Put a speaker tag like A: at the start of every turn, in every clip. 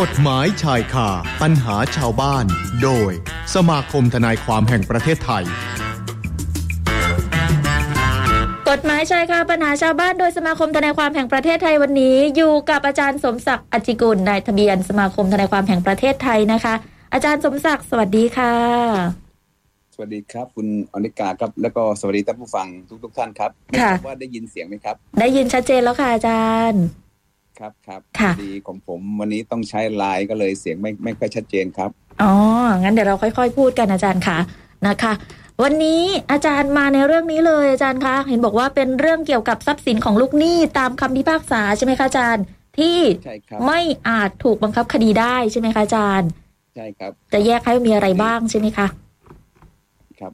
A: กฎหมายชายคาปัญหาชาวบ้าน โดย สมาคมทนายความแห่งประเทศไทย
B: กฎหมายชายคาปัญหาชาวบ้านโดยสมาคมทนายความแห่งประเทศไทยวันนี้อยู่กับอาจารย์สมศักดิ์อจจิกุลนายทะเบียนสมาคมทนายความแห่งประเทศไทยนะคะ อาจารย์สมศักดิ์สวัสดีค่ะ
C: สวัสดีครับ คุณอนิกาครับ แล้วก็สวัสดีท่านผู้ฟังทุกทท่านครับ
B: ค่ะ
C: ไม่ทราบว่าได้ยินเสียงไหมครับ
B: ได้ยินชัดเจนแล้วค่ะอาจารย์
C: ครับครับ
B: ค่ะ
C: พอดีของผมวันนี้ต้องใช้ไลน์ก็เลยเสียงไม่ไม่ค่อยชัดเจนครับ
B: อ๋อ งั้นเดี๋ยวเราค่อยๆ พูดกันอาจารย์ค่ะนะคะ วันนี้อาจารย์มาในเรื่องนี้เลยอาจารย์คะเห็นบอกว่าเป็นเรื่องเกี่ยวกับทรัพย์สินของลูกหนี้ตามคำพิพากษาใช่ไหมคะอาจารย์ ที่
C: ใช่ครับ
B: ไม่อาจถูกบังคับคดีได้ใช่ไหมคะอาจารย์
C: ใช่ครับ
B: จะแยกให้มีอะไรบ้างใช่ไหมคะ
C: ครับ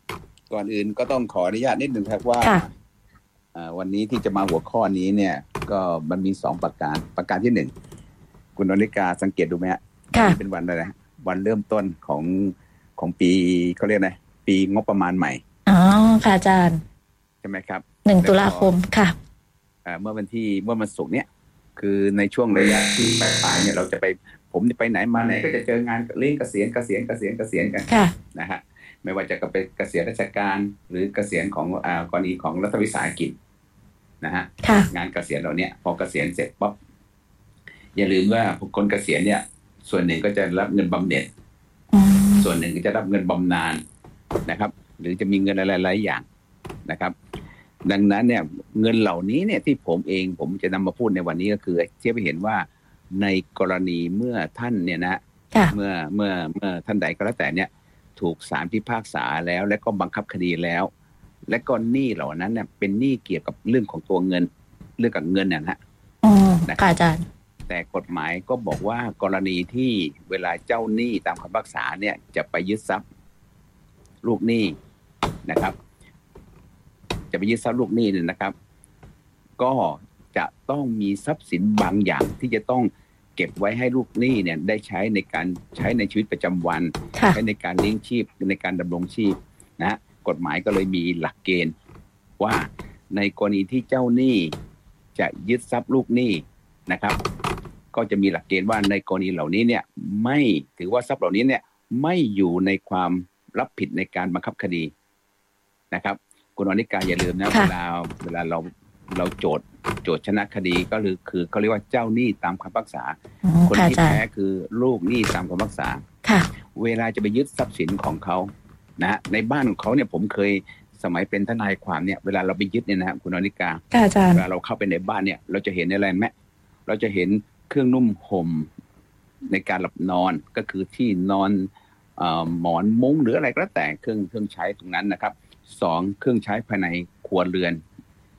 C: ก่อนอื่นก็ต้องขออนุญาตนิดหนึ่งครับว่า
B: ค่ะ
C: อ่าวันนี้ที่จะมาหัวข้อนี้เนี่ย ก็มันมีสองประการประการที่หนึ่งคุณอนิกาสังเกตดูไหมฮะ
B: ค่ะ
C: วันนี้เป็นวันอะไรนะวันเริ่มต้นของของปีเขาเรียกอะไรปีงบประมาณใหม่
B: อ๋อ ค่ะอาจารย์
C: ใช่ไหมครับ
B: หนึ่งตุลาคมค่ะ
C: อ่าเมื่อวันที่เมื่อวันศุกร์เนี่ย คือในช่วงระยะที่ปลายๆเนี่ยเราจะไปผมจะไปไหนมาไหนก็จะเจองานเลี้ยงเกษียณเกษียณเกษียณเกษียณกัน
B: ค่ะ
C: นะฮะไม่ว่าจะเป็นเกษียณราชการ หรือเกษียณของอ่ากรณีของรัฐวิสาหกิจนะฮะ
B: ค่ะ
C: งานเกษียณเราเนี่ยพอเกษียณเสร็จปั๊บอย่าลืมว่าคนเกษียณเนี่ย ส่วนหนึ่งก็จะรับเงินบำเหน็จ
B: อืม
C: ส่วนหนึ่งก็จะรับเงินบำนาญนะครับ หรือจะมีเงินอะไรหลายๆอย่างนะครับ ดังนั้นเนี่ยเงินเหล่านี้เนี่ยที่ผมเองผมจะนำมาพูดในวันนี้ก็คือเชื่อไปเห็นว่าในกรณีเมื่อท่านเนี่ยนะ
B: ค่ะ
C: เมื่อเมื่อเมื่อท่านใดก็แล้วแต่เนี่ยถูกศาลพิพากษาแล้ว และก็บังคับคดีแล้ว และก็หนี้เหล่านั้นเนี่ยเป็นหนี้เกี่ยวกับเรื่องของตัวเงินเรื่องกับเงินเนี่ยนะฮะ
B: อ๋อ
C: นะครับ
B: ค่ะอาจารย์
C: แต่กฎหมายก็บอกว่ากรณีที่เวลาเจ้าหนี้ตามคำพิพากษาเนี่ยจะไปยึดทรัพย์ลูกหนี้นะครับ จะไปยึดทรัพย์ลูกหนี้เนี่ยนะครับ ก็จะต้องมีทรัพย์สินบางอย่างที่จะต้องเก็บไว้ให้ลูกหนี้เนี่ยได้ใช้ในการใช้ในชีวิตประจำวัน
B: ค่ะ
C: ใช้ในการเลี้ยงชีพในการดำรงชีพนะฮะกฎหมายก็เลยมีหลักเกณฑ์ ว่าในกรณีที่เจ้าหนี้จะยึดทรัพย์ลูกหนี้นะครับ ก็จะมีหลักเกณฑ์ว่าในกรณีเหล่านี้เนี่ยไม่ถือว่าทรัพย์เหล่านี้เนี่ยไม่อยู่ในความรับผิดในการบังคับคดีนะครับ คุณอนิกาอย่าลืมนะ
B: ค่ะ
C: เวลาเวลาเราเราโจทย์โจทย์ชนะคดีก็คือคือเขาเรียกว่าเจ้าหนี้ตามคำพิพักษา
B: อ๋อ
C: คน
B: ค่ะ
C: ที่
B: อาจารย์
C: แพ้คือลูกหนี้ตามคำพิพักษา
B: ค่ะ
C: เวลาจะไปยึดทรัพย์สินของเขานะฮะในบ้านของเขาเนี่ยผมเคยสมัยเป็นทนายความเนี่ยเวลาเราไปยึดเนี่ยนะครับคุณอนิกา
B: ค่ะอาจาร
C: เว
B: ย์
C: ลาเราเข้าไปในบ้านเนี่ย เราจะเห็นอะไรไหมเราจะเห็นเครื่องนุ่มห่มในการหลับนอนก็คือที่นอนเออหมอนมุ้งหรืออะไรก็แล้วแต่เครื่องเครื่องใช้ตรงนั้นนะครับสองเครื่องใช้ภายในครัวเรือน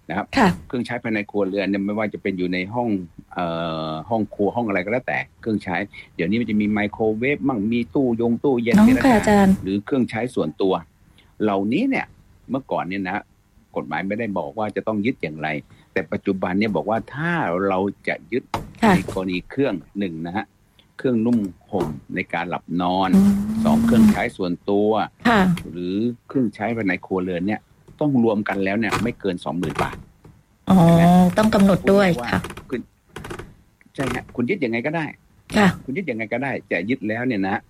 C: นะครับ
B: ค่ะ
C: เครื่องใช้ภายในครัวเรือนเนี่ยไม่ว่าจะเป็นอยู่ในห้องเอ่อห้องครัวห้องอะไรก็แล้วแต่เครื่องใช้ เดี๋ยวนี้มันจะมีไมโครเวฟมั่งมีตู้ยงตู้เย็น
B: น้อง
C: นี่นะ
B: ค่ะอาจารย์
C: หรือเครื่องใช้ส่วนตัว เหล่านี้เนี่ยเมื่อก่อนเนี่ยนะกฎหมายไม่ได้บอกว่าจะต้องยึดอย่างไร แต่ปัจจุบันเนี่ยบอกว่าถ้าเราจะยึด
B: ค่ะ
C: ในกรณีเครื่องหนึ่งนะฮะเครื่องนุ่มห่มในการหลับนอน
B: อืม
C: สองเครื่องใช้ส่วนตัว
B: ค่ะ
C: หรือเครื่องใช้ภายในครัวเรือนเนี่ยต้องรวมกันแล้วเนี่ยไม่เกินสองหมื่นบาท
B: อ๋อ ต้องกำหนดด้วยค่ะ
C: ณใช่ฮะคุณยึดยังไงก็ได้
B: ค่ะ
C: คุณยึดยังไงก็ได้แต่ยึดแล้วเนี่ยนะฮะ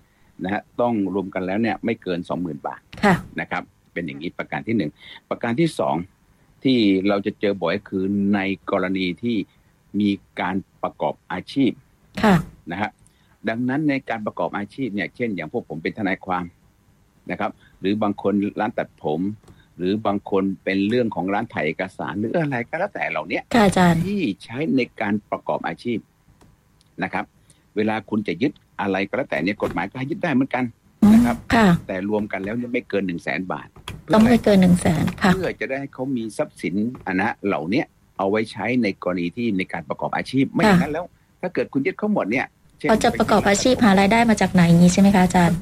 C: นะฮะต้องรวมกันแล้วเนี่ยไม่เกินสองหมื่นบาท
B: ค่ะ
C: นะครับ เป็นอย่างนี้ประการที่หนึ่งประการที่สองที่เราจะเจอบ่อยคือในกรณีที่มีการประกอบอาชีพ
B: ค่ะ
C: นะฮะดังนั้นในการประกอบอาชีพเนี่ย เช่น อย่างพวกผมเป็นทนายความนะครับ หรือบางคนร้านตัดผม หรือบางคนเป็นเรื่องของร้านถ่ายเอกสารหรืออะไรก็แล้วแต่เหล่าเนี้ย
B: ค่ะอาจารย์
C: ที่ใช้ในการประกอบอาชีพนะครับ เวลาคุณจะยึดอะไรก็แล้วแต่เนี่ยกฎหมายก็ให้ยึดได้เหมือนกัน นะครับ
B: ค่ะ
C: แต่รวมกันแล้วเนี่ยไม่เกินหนึ่งแสนบาท เพื่
B: ต้อง
C: อ
B: ไม่เกินหนึ่งแสนค่ะ
C: เพื่อจะได้ให้เขามีทรัพย์สินอันนะเหล่าเนี้ยเอาไว้ใช้ในกรณีที่ในการประกอบอาชีพไม่อย่างนั้นแล้ว ถ้าเกิดคุณยึดเขาหมดเนี่ยช่น
B: เขาจะประกอบอาชีพหารายได้มาจากไหนอย่างนี้ใช่ไหมคะอาจารย์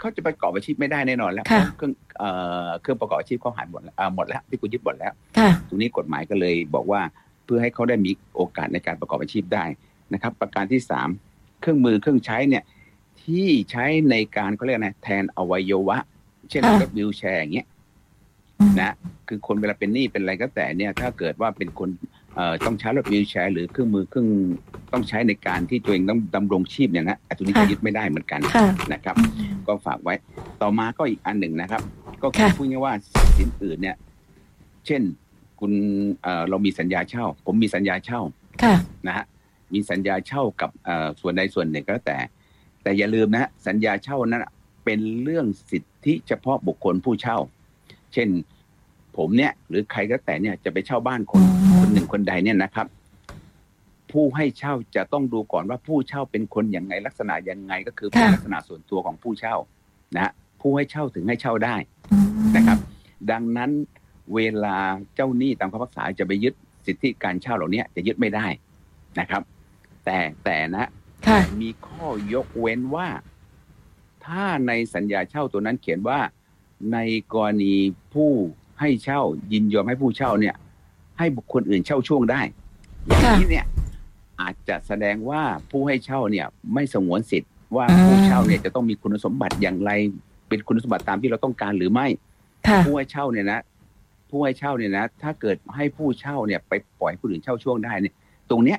C: เขาจะประกอบอาชีพไม่ได้แน่นอนแล้ว
B: ค่ะ
C: เครื่องเอ่อเครื่องประกอบอาชีพเขาหายหมดแล้วอ่าหมดแล้วที่คุณยึดหมดแล้ว
B: ค่ะ
C: ตรงนี้กฎหมายก็เลยบอกว่าเพื่อให้เขาได้มีโอกาสในการประกอบอาชีพได้นะครับ ประการที่สามเครื่องมือเครื่องใช้เนี่ยที่ใช้ในการเขาเรียกอะไรแทนอวัยวะ เช่น
B: ค่ะ
C: รถวิวแชร์อย่างเงี้ย
B: อืม
C: นะ คือคนเวลาเป็นหนี้เป็นอะไรก็แต่เนี่ยถ้าเกิดว่าเป็นคนเอ่อต้องใช้รถวิวแชร์หรือเครื่องมือเครื่อง ต้องใช้ในการที่ตัวเองต้องดำรงชีพเนี่ยนะอันนี้ก็
B: ค่ะ
C: ยึดไม่ได้เหมือนกัน
B: ค่ะ
C: นะครับ ก็ฝากไว้ ต่อมาก็อีกอันหนึ่งนะครับ ก็คือ
B: ค่ะ
C: พูดง่ายๆว่าทรัพย์สินอื่นเนี่ย เช่นคุณเอ่อเรามีสัญญาเช่า ผมมีสัญญาเช่า
B: ค่ะ
C: นะฮะมีสัญญาเช่ากับเอ่อส่วนใดส่วนหนึ่งก็แล้วแต่ แต่อย่าลืมนะฮะสัญญาเช่านั้นเป็นเรื่องสิทธิเฉพาะบุคคลผู้เช่า เช่นผมเนี่ยหรือใครก็แล้วแต่เนี่ยจะไปเช่าบ้านคน
B: อืม
C: คนหนึ่งคนใดเนี่ยนะครับ ผู้ให้เช่าจะต้องดูก่อนว่าผู้เช่าเป็นคนอย่างไงลักษณะยังไงก็คือเป็น
B: ค่ะ
C: ลักษณะส่วนตัวของผู้เช่านะฮะผู้ให้เช่าถึงให้เช่าได้
B: อืม
C: นะครับดังนั้นเวลาเจ้าหนี้ตามคำพิพากษาจะไปยึดสิทธิการเช่าเหล่าเนี้ยจะยึดไม่ได้นะครับ แต่แต่นะ
B: ค่ะ
C: มีข้อยกเว้นว่า ถ้าในสัญญาเช่าตัวนั้นเขียนว่า ในกรณีผู้ให้เช่ายินยอมให้ผู้เช่าเนี่ย ให้บุคคลอื่นเช่าช่วงได้อย่าง
B: ค่ะ
C: นี้เนี่ยอาจจะแสดงว่าผู้ให้เช่าเนี่ย ไม่สงวนสิทธิ์ว่า
B: อ่า
C: ผู้เช่าเนี่ยจะต้องมีคุณสมบัติอย่างไร เป็นคุณสมบัติตามที่เราต้องการหรือไม่
B: ค่ะ
C: ผู้ให้เช่าเนี่ยนะผู้ให้เช่าเนี่ยนะ ถ้าเกิดให้ผู้เช่าเนี่ย ไปปล่อยให้ผู้อื่นเช่าช่วงได้เนี่ย ตรงเนี้ย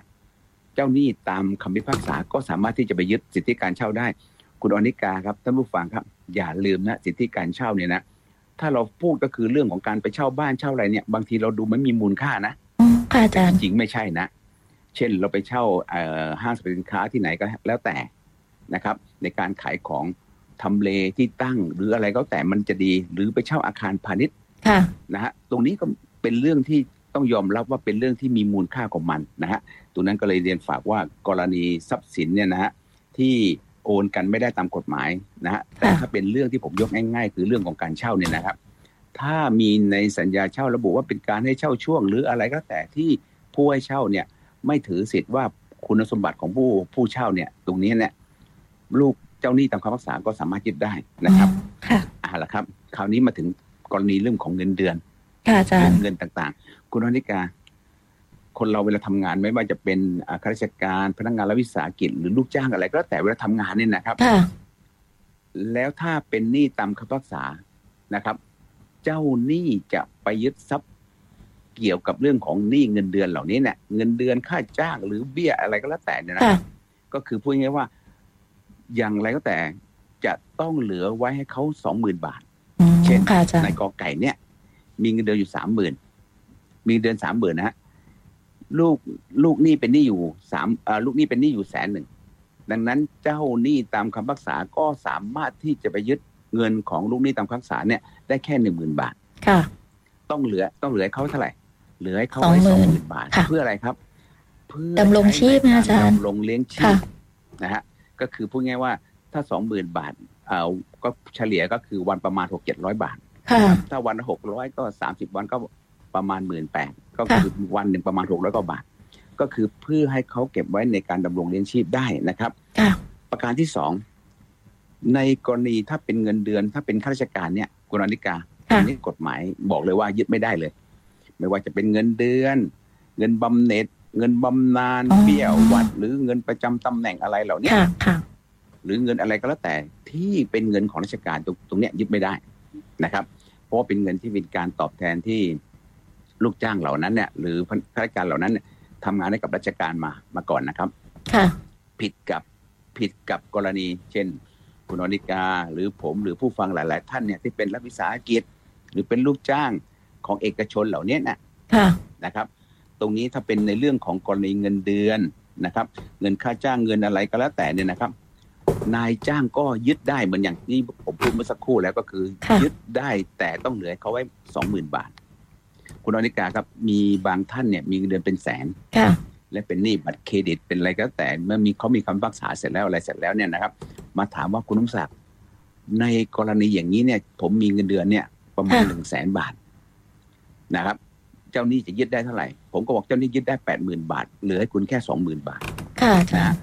C: เจ้าหนี้ตามคำพิพากษาก็สามารถที่จะไปยึดสิทธิการเช่าได้ คุณอนิกาครับท่านผู้ฟังครับ อย่าลืมนะสิทธิการเช่าเนี่ยนะถ้าเราพูดก็คือเรื่องของการไปเช่าบ้านเช่าอะไรเนี่ย บางทีเราดูไม่มีมูลค่านะ
B: อืมค่ะอาจารย์
C: จริงไม่ใช่นะ เช่นเราไปเช่าเอ่อห้างสรรพสินค้าที่ไหนก็แล้วแต่นะครับ ในการขายของทำเลที่ตั้ง หรืออะไรก็แต่มันจะดี หรือไปเช่าอาคารพาณิชย์
B: ค่ะ
C: นะฮะตรงนี้ก็เป็นเรื่องที่ต้องยอมรับว่าเป็นเรื่องที่มีมูลค่าของมันนะฮะตรงนั้นก็เลยเรียนฝากว่ากรณีทรัพย์สินเนี่ยนะฮะที่โอนกันไม่ได้ตามกฎหมายนะฮะแต่
B: ค่ะ
C: ถ้าเป็นเรื่องที่ผมยกง่าย ๆ คือเรื่องของการเช่าเนี่ยนะครับ ถ้ามีในสัญญาเช่าระบุว่าเป็นการให้เช่าช่วง หรืออะไรก็แต่ที่ผู้ให้เช่าเนี่ย ไม่ถือสิทธิ์ว่าคุณสมบัติของผู้ผู้เช่าเนี่ย ตรงนี้เนี่ยลูกเจ้าหนี้ตามคำพิพักษาก็สามารถยึดได้นะครับ
B: ค่ะ
C: อ่าละครับ คราวนี้มาถึงกรณีเรื่องของเงินเดือน
B: ค่ะอาจารย์
C: เงินต่างๆ คุณอนิกา คนเราเวลาทำงานไม่ว่าจะเป็นอ่าข้าราชการพนักงานรัฐวิสาหกิจหรือลูกจ้างอะไรก็แล้วแต่เวลาทำงานเนี่ยนะครับ
B: ค่ะ
C: แล้วถ้าเป็นหนี้ตามคำพิพากษานะครับ เจ้าหนี้จะไปยึดทรัพย์เกี่ยวกับเรื่องของหนี้เงินเดือนเหล่านี้เนี่ยเงินเดือนค่าจ้างหรือเบี้ยอะไรก็แล้วแต่เนี่ยนะ
B: ค่ะ
C: ก็คือพูดง่ายๆว่า อย่างไรก็แต่จะต้องเหลือไว้ให้เขาสองหมื่นบาท
B: อืม
C: เช่น
B: ค่ะอาจาร
C: นาย
B: ย์
C: กอไก่เนี่ย มีเงินเดือนอยู่สามหมื่นมีเงินเดือนสามหมื่นนะฮะลูกลูกหนี้เป็นหนี้อยู่สามเอ่อลูกหนี้เป็นหนี้อยู่แสนหนึ่งดังนั้นเจ้าหนี้ตามคำพิพักษาก็สามารถที่จะไปยึดเงินของลูกหนี้ตามคำพิพักษาเนี่ยได้แค่หนึ่งหมื่นบาท
B: ค่ะ
C: ต้องเหลือต้องเหลือให้เขาเท่าไหร่ เหลือให้เขา
B: 20,000
C: ไว้สองหมื่นบาท
B: ค่ะ
C: เพื่ออะไรครับ เพื่อ
B: ดำรงชีพนะอาจารย์
C: ดำรงเลี้ยงชี
B: ค่ะ
C: พนะฮะก็คือพูดง่ายว่าถ้าสองหมื่นบาทเอ่อก็เฉลี่ยก็คือวันประมาณหกเจ็ดร้อยบาท
B: ค่ะ
C: ถ้าวันละหกร้อยก็สามสิบวันก็ประมาณหมื่นแปดก็
B: ค่ะ
C: คือวันหนึ่งประมาณหกร้อยกว่าบาท ก็คือเพื่อให้เขาเก็บไว้ในการดำรงเลี้ยงชีพได้นะครับ
B: ค่ะ
C: ประการที่สองในกรณีถ้าเป็นเงินเดือน ถ้าเป็นข้าราชการเนี่ยกรณิกา
B: ค่ะ
C: อันนี้กฎหมายบอกเลยว่ายึดไม่ได้เลย ไม่ว่าจะเป็นเงินเดือน เงินบำเหน็จ เงินบำนาญ
B: อ๋อ
C: เบี้ยหวัด หรือเงินประจำตำแหน่งอะไรเหล่าเนี้ย
B: ค่ะ ค่ะ
C: หรือเงินอะไรก็แล้วแต่ที่เป็นเงินของราชการตรงตรงเนี้ยยึดไม่ได้นะครับ เพราะว่าเป็นเงินที่เป็นการตอบแทนที่ลูกจ้างเหล่านั้นเนี่ยหรือข้าราชการเหล่านั้นเนี่ยทำงานให้กับราชการมามาก่อนนะครับ
B: ค่ะ
C: ผิดกับผิดกับกรณี เช่น คุณอนิกาหรือผมหรือผู้ฟังหลาย ๆ ท่านเนี่ยที่เป็นรัฐวิสาหกิจ หรือเป็นลูกจ้างของเอกชนเหล่าเนี้ยนะ
B: ค่ะ
C: นะครับตรงนี้ถ้าเป็นในเรื่องของกรณีเงินเดือนนะครับ เงินค่าจ้างเงินอะไรก็แล้วแต่เนี่ยนะครับ นายจ้างก็ยึดได้เหมือนอย่างที่ผมพูดเมื่อสักครู่แล้วก็คือ
B: ค่ะ
C: ยึดได้แต่ต้องเหลือให้เขาไว้สองหมื่นบาท คุณอนิกาครับมีบางท่านเนี่ยมีเงินเดือนเป็นแสน
B: ค่ะ
C: และเป็นหนี้บัตรเครดิตเป็นอะไรก็แล้วแต่เมื่อมีเขามีคำพิพักษาเสร็จแล้วอะไรเสร็จแล้วเนี่ยนะครับ มาถามว่าคุณนุ่มศักดิ์ในกรณีอย่างนี้เนี่ย ผมมีเงินเดือนเนี่ย ประมาณ
B: ค่ะ
C: หนึ่งแสนบาทนะครับ เจ้าหนี้จะยึดได้เท่าไหร่ ผมก็บอกเจ้าหนี้ยึดได้แปดหมื่นบาทเหลือให้คุณแค่สองหมื่นบาท
B: ค่ะอาจารย์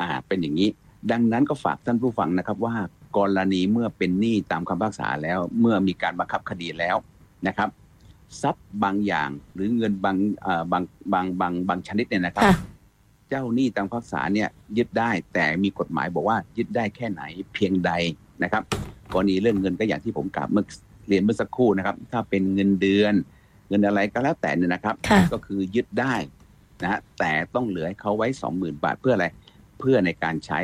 C: อ่า เป็นอย่างนี้ ดังนั้นก็ฝากท่านผู้ฟังนะครับ ว่ากรณีเมื่อเป็นหนี้ตามคำพิพากษาแล้ว เมื่อมีการบังคับคดีแล้วนะครับ ทรัพย์บางอย่างหรือเงินบางเอ่อบางบางบางบางชนิดเนี่ยนะครับ
B: ค่ะ
C: เจ้าหนี้ตามคำพิพากษาเนี่ยยึดได้ แต่มีกฎหมายบอกว่ายึดได้แค่ไหนเพียงใดนะครับ กรณีเรื่องเงินก็อย่างที่ผมกล่าวเมื่อเรียนเมื่อสักครู่นะครับ ถ้าเป็นเงินเดือน เงินอะไรก็แล้วแต่เนี่ยนะครับ
B: ค่ะ
C: ก็คือยึดได้ นะฮะแต่ต้องเหลือให้เขาไว้สองหมื่นบาทเพื่ออะไรเพื่อในการใช้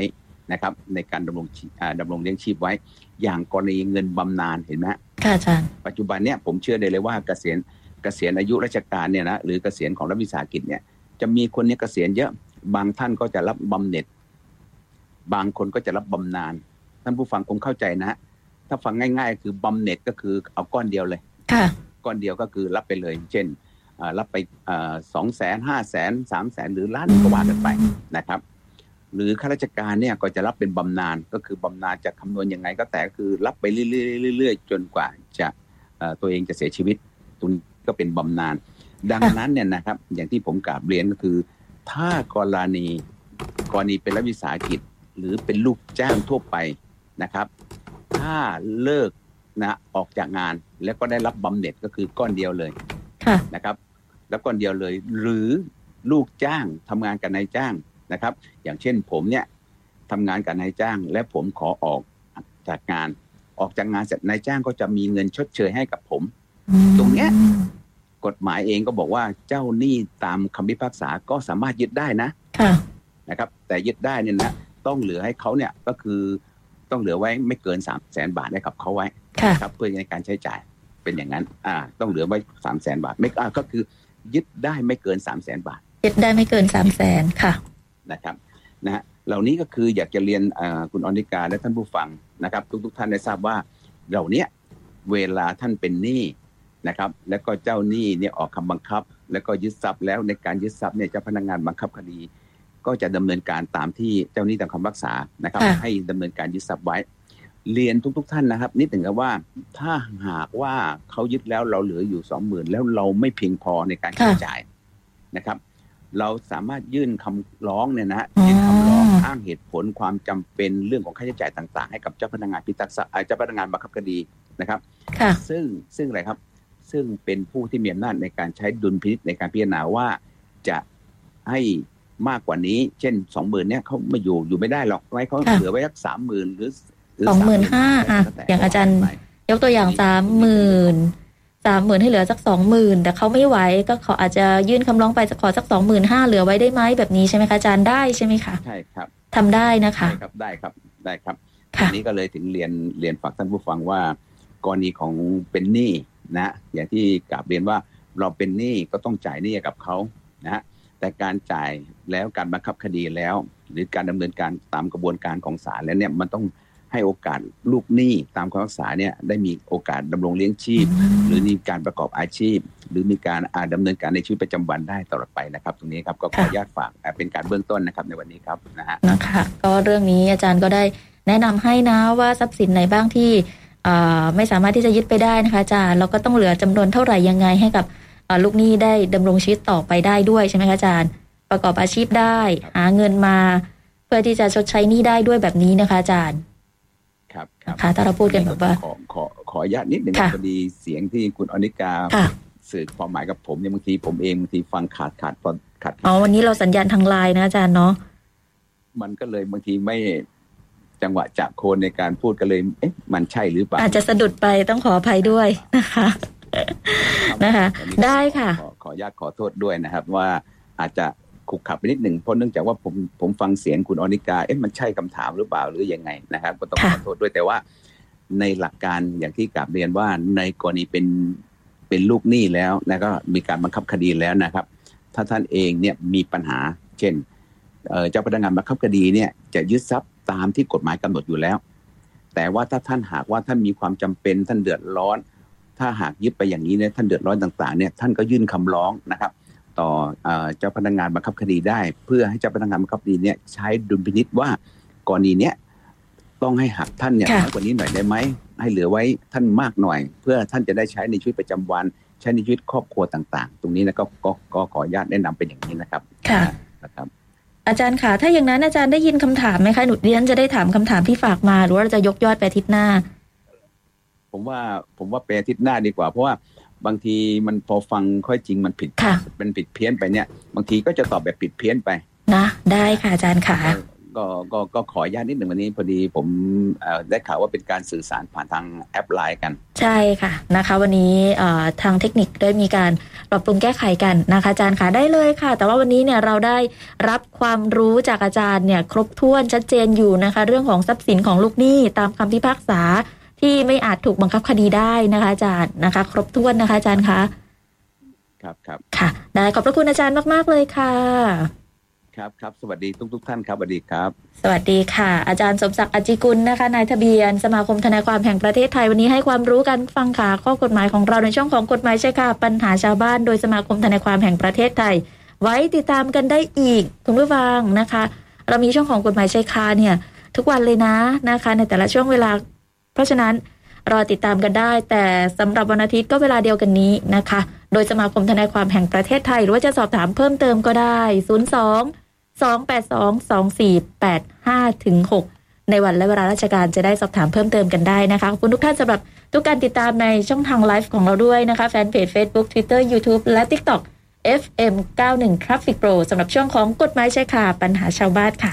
C: นะครับในการดำรงชีอ่าดำรงเลี้ยงชีพไว้ อย่างกรณีเงินบำนาญเห็นไหมฮะ
B: ค่ะอาจารย์
C: ปัจจุบันเนี่ยผมเชื่อได้เลยว่าเกษียณเกษียณอายุราชการเนี่ยนะหรือเกษียณของรัฐวิสาหกิจเนี่ยจะมีคนเนี่ยเกษียณเยอะบางท่านก็จะรับบำเหน็จ บางคนก็จะรับบำนาญท่านผู้ฟังคงเข้าใจนะฮะถ้าฟังง่าย ๆ คือบำเหน็จก็คือเอาก้อนเดียวเลย
B: ค่ะ
C: ก้อนเดียวก็คือรับไปเลย เช่นเอ่อรับไปสองแสนห้าแสนสามแสนหรือล้านก็ว่ากันไปนะครับ หรือข้าราชการเนี่ยก็จะรับเป็นบำนาญก็คือบำนาญจะคำนวณยังไงก็แต่ก็คือรับไปเรื่อยๆเรื่อยๆจนกว่าจะเอ่อตัวเองจะเสียชีวิตตรงนี้ก็เป็นบำนาญดังนั้นเนี่ยนะครับ อย่างที่ผมกราบเรียนก็คือ ถ้ากรณีกรณีเป็นรัฐวิสาหกิจ หรือเป็นลูกจ้างทั่วไปนะครับ ถ้าเลิกนะออกจากงานแล้วก็ได้รับบำเหน็จก็คือก้อนเดียวเลย
B: ค่ะ
C: นะครับ แล้วก้อนเดียวเลย หรือลูกจ้างทำงานกับนายจ้างนะครับ อย่างเช่นผมเนี่ยทำงานกับนายจ้าง และผมขอออกจากงาน ออกจากงานเสร็จนายจ้างก็จะมีเงินชดเชยให้กับผม ตรงเนี้ย กฎหมายเองก็บอกว่าเจ้าหนี้ตามคำพิพากษาก็สามารถยึดได้นะ
B: ค่ะ
C: นะครับแต่ยึดได้เนี่ยนะต้องเหลือให้เขาเนี่ยก็คือต้องเหลือไว้ไม่เกิน3 0 0แสนบาทให้กับเขาไว้
B: ค่ะ
C: นะครับเพื่อในการใช้จ่ายเป็นอย่างนั้นอ่าต้องเหลือไว้3 0 0แสนบาทไม่อ่าก็คือยึดได้ไม่เกิน3 0 0แสนบาท
B: เจ็ดได้ไม่เกินสามแสนค่ะ
C: นะครับนะฮะเหล่านี้ก็คืออยากจะเรียนอ่าคุณอนิกาและท่านผู้ฟังนะครับทุกๆท่านได้ทราบว่าเหล่าเนี้ยเวลาท่านเป็นหนี้นะครับแล้วก็เจ้าหนี้เนี่ยออกคำบังคับ แล้วก็ยึดทรัพย์แล้วในการยึดทรัพย์เนี่ยเจ้าพนักงานบังคับคดี ก็จะดำเนินการตามที่เจ้าหนี้ตามคำรักษานะครับ
B: ค่ะ
C: ให้ดำเนินการยึดทรัพย์ไว้ เรียนทุก ๆ ท่านนะครับ นิดหนึ่งครับว่า ถ้าหากว่าเขายึดแล้วเราเหลืออยู่สองหมื่นแล้วเราไม่เพียงพอในการใช้จ่ายนะครับ เราสามารถยื่นคำร้องเนี่ยนะฮะ
B: อ๋อ
C: ยื่นคำร้องอ้างเหตุผลความจำเป็นเรื่องของค่าใช้จ่ายต่าง ๆ ให้กับเจ้าพนักงานพิทักษ์ทรัพย์เอ่อเจ้าพนักงานบังคับคดีนะครับ
B: ค่ะ
C: ซึ่งซึ่งอะไรครับ ซึ่งเป็นผู้ที่มีอำนาจในการใช้ดุลพินิจในการพิจารณาว่าจะให้มากกว่านี้ เช่นสองหมื่นเนี่ยเขาไม่อยู่อยู่ไม่ได้หรอกไว้เขา
B: ค่ะ
C: เหลือไว้สักสามหมื่นหรือรือ
B: สองหมื่นห้าอ่ะ
C: แล้วแต่
B: อย่างอาจารย์
C: ไป
B: ยกตัวอย่างสามหมื่นสามหมื่นให้เหลือสักสองหมื่นแต่เขาไม่ไหวก็ขออาจจะยื่นคำร้องไปจะขอสักสองหมื่นห้าเหลือไว้ได้ไหมแบบนี้ใช่ไหมคะอาจารย์ได้ใช่ไหมคะ
C: ใช่ครับ
B: ทำได้นะคะ
C: ใช่ครับได้ครับได้ครับ
B: ค่ะ
C: อันนี้ก็เลยถึงเรียนเรียนฝากท่านผู้ฟังว่า กรณีของเป็นหนี้นะอย่างที่กราบเรียนว่าเราเป็นหนี้ก็ต้องจ่ายหนี้กับเขานะฮะแต่การจ่ายแล้วการบังคับคดีแล้ว หรือการดำเนินการตามกระบวนการของศาลแล้วเนี่ยมันต้องให้โอกาสลูกหนี้ตามคำพิพากษาเนี่ยได้มีโอกาสดำรงเลี้ยงชีพ หรือมีการประกอบอาชีพ หรือมีการอาดำเนินการในชีวิตประจำวันได้ตลอดไปนะครับ ตรงนี้ครับก็ขออนุญาตฝากอ่ะเป็นการเบื้องต้นนะครับในวันนี้ครับนะฮะ
B: นะคะก็เรื่องนี้อาจารย์ก็ได้แนะนำให้นะว่าทรัพย์สินไหนบ้างที่เอ่อไม่สามารถที่จะยึดไปได้นะคะอาจารย์แล้วก็ต้องเหลือจำนวนเท่าไหร่ยังไงให้กับเอ่อลูกหนี้ได้ดำรงชีวิตต่อไปได้ด้วยใช่ไหมคะอาจารย์ ประกอบอาชีพได้
C: ครับ
B: หาเงินมา เพื่อที่จะชดใช้หนี้ได้ด้วยแบบนี้นะคะอาจารย์
C: ครับครับ
B: ค่ะถ้าเราพูดกันแบบว่า
C: ขอขอขออนุญาตนิดหนึ่ง
B: ค่ะ
C: พอดีเสียงที่คุณอนิกา
B: ค่ะ
C: สื่อความหมายกับผมเนี่ยบางทีผมเองบางทีฟังขาดขาดพอขาด
B: อ๋อวันนี้เราสัญญาณทางไลน์นะอาจารย์เนาะ
C: มันก็เลยบางทีไม่จังหวะจะโคนในการพูดก็เลย เอ๊ะมันใช่หรือเปล่า
B: อาจจะสะดุดไปต้องขออภัยด้วยนะคะ
C: รับ
B: นะคะ
C: อันนี้
B: ได้ค่ะ
C: ขอขออนุญาตขอโทษด้วยนะครับ ว่าอาจจะขุกขับไปนิดหนึ่งเพราะเนื่องจากว่าผมผมฟังเสียงคุณอนิกา เอ๊ะมันใช่คำถามหรือเปล่าหรือยังไงนะครับ ก็ต้องขอโทษด้วยแต่ว่า ในหลักการอย่างที่กลับเรียนว่าในกรณีเป็นเป็นลูกหนี้แล้วแล้วก็มีการบังคับคดีแล้วนะครับ ถ้าท่านเองเนี่ยมีปัญหา เช่นเอ่อเจ้าพนักงานบังคับคดีเนี่ยจะยึดทรัพย์ตามที่กฎหมายกำหนดอยู่แล้ว แต่ว่าถ้าท่านหากว่าท่านมีความจำเป็นท่านเดือดร้อน ถ้าหากยึดไปอย่างนี้เนี่ยท่านเดือดร้อนต่างๆเนี่ยท่านก็ยื่นคำร้องนะครับ ต่อเอ่อเจ้าพนักงานบังคับคดีได้ เพื่อให้เจ้าพนักงานบังคับคดีเนี่ยใช้ดุลพินิษว่ากรณีเนี้ยต้องให้หักท่านเนี่ย
B: ค่ะ
C: น้อยกว่านี้หน่อยได้ไหมให้เหลือไว้ท่านมากหน่อย เพื่อท่านจะได้ใช้ในชีวิตประจำวัน ใช้ในชีวิตครอบครัวต่าง ๆ ตรงนี้นะก็ก็ก็ขออนุญาตแนะนำเป็นอย่างนี้นะครับ
B: ค่ะ
C: นะครับ
B: อาจารย์ค่ะ ถ้าอย่างนั้นอาจารย์ได้ยินคำถามไหมคะหนูดิฉันจะได้ถามคำถามที่ฝากมา หรือว่าเราจะยกยอดไปอาทิตย์หน้า
C: ผมว่าผมว่าไปอาทิตย์หน้าดีกว่า เพราะว่าบางทีมันพอฟังค่อยจริงมันผิด
B: ค่ะ
C: มันผิดเพี้ยนไปเนี่ย บางทีก็จะตอบแบบผิดเพี้ยนไป
B: นะ ได้ค่ะอาจารย์ค่ะ
C: ก็ก็ก็ขออนุญาตนิดหนึ่งวันนี้พอดีผมเอ่อได้ข่าวว่าเป็นการสื่อสารผ่านทางแอปไลน์กัน
B: ใช่ค่ะนะคะ วันนี้เอ่อทางเทคนิคได้มีการปรับปรุงแก้ไขกันนะคะอาจารย์ค่ะได้เลยค่ะ แต่ว่าวันนี้เนี่ยเราได้รับความรู้จากอาจารย์เนี่ยครบถ้วนชัดเจนอยู่นะคะ เรื่องของทรัพย์สินของลูกหนี้ตามคำพิพากษาที่ไม่อาจถูกบังคับคดีได้นะคะอาจารย์นะคะ ครบถ้วนนะคะอาจารย์คะ
C: ครับครับ
B: ค่ะ ได้ขอบพระคุณอาจารย์มาก ๆ เลยค่ะ
C: ครับครับสวัสดีทุกทุกๆท่านครับสวัสดีครับ
B: สวัสดีค่ะ อาจารย์สมศักดิ์อจจิกุลนะคะนายทะเบียน สมาคมทนายความแห่งประเทศไทยวันนี้ให้ความรู้กันฟังค่ะข้อกฎหมายของเราในช่องของกฎหมายใช่ค่ะปัญหาชาวบ้าน โดยสมาคมทนายความแห่งประเทศไทย ไว้ติดตามกันได้อีกคุณผู้ฟังนะคะ เรามีช่องของกฎหมายใช่ค่ะเนี่ยทุกวันเลยนะนะคะ ในแต่ละช่วงเวลา เพราะฉะนั้นรอติดตามกันได้ แต่สำหรับวันอาทิตย์ก็เวลาเดียวกันนี้นะคะ โดยสมาคมทนายความแห่งประเทศไทย หรือว่าจะสอบถามเพิ่มเติมก็ได้ 02 282-2485ถึง6ในวันและเวลาราชการจะได้สอบถามเพิ่มเติมกันได้นะคะ ขอบคุณทุกท่านสำหรับทุกการติดตามในช่องทางไลฟ์ของเราด้วยนะคะ แฟนเพจ Facebook Twitter YouTube และ TikTok FM 91 Traffic Pro สำหรับช่วงของกฎหมายใช่ค่ะปัญหาชาวบ้านค่ะ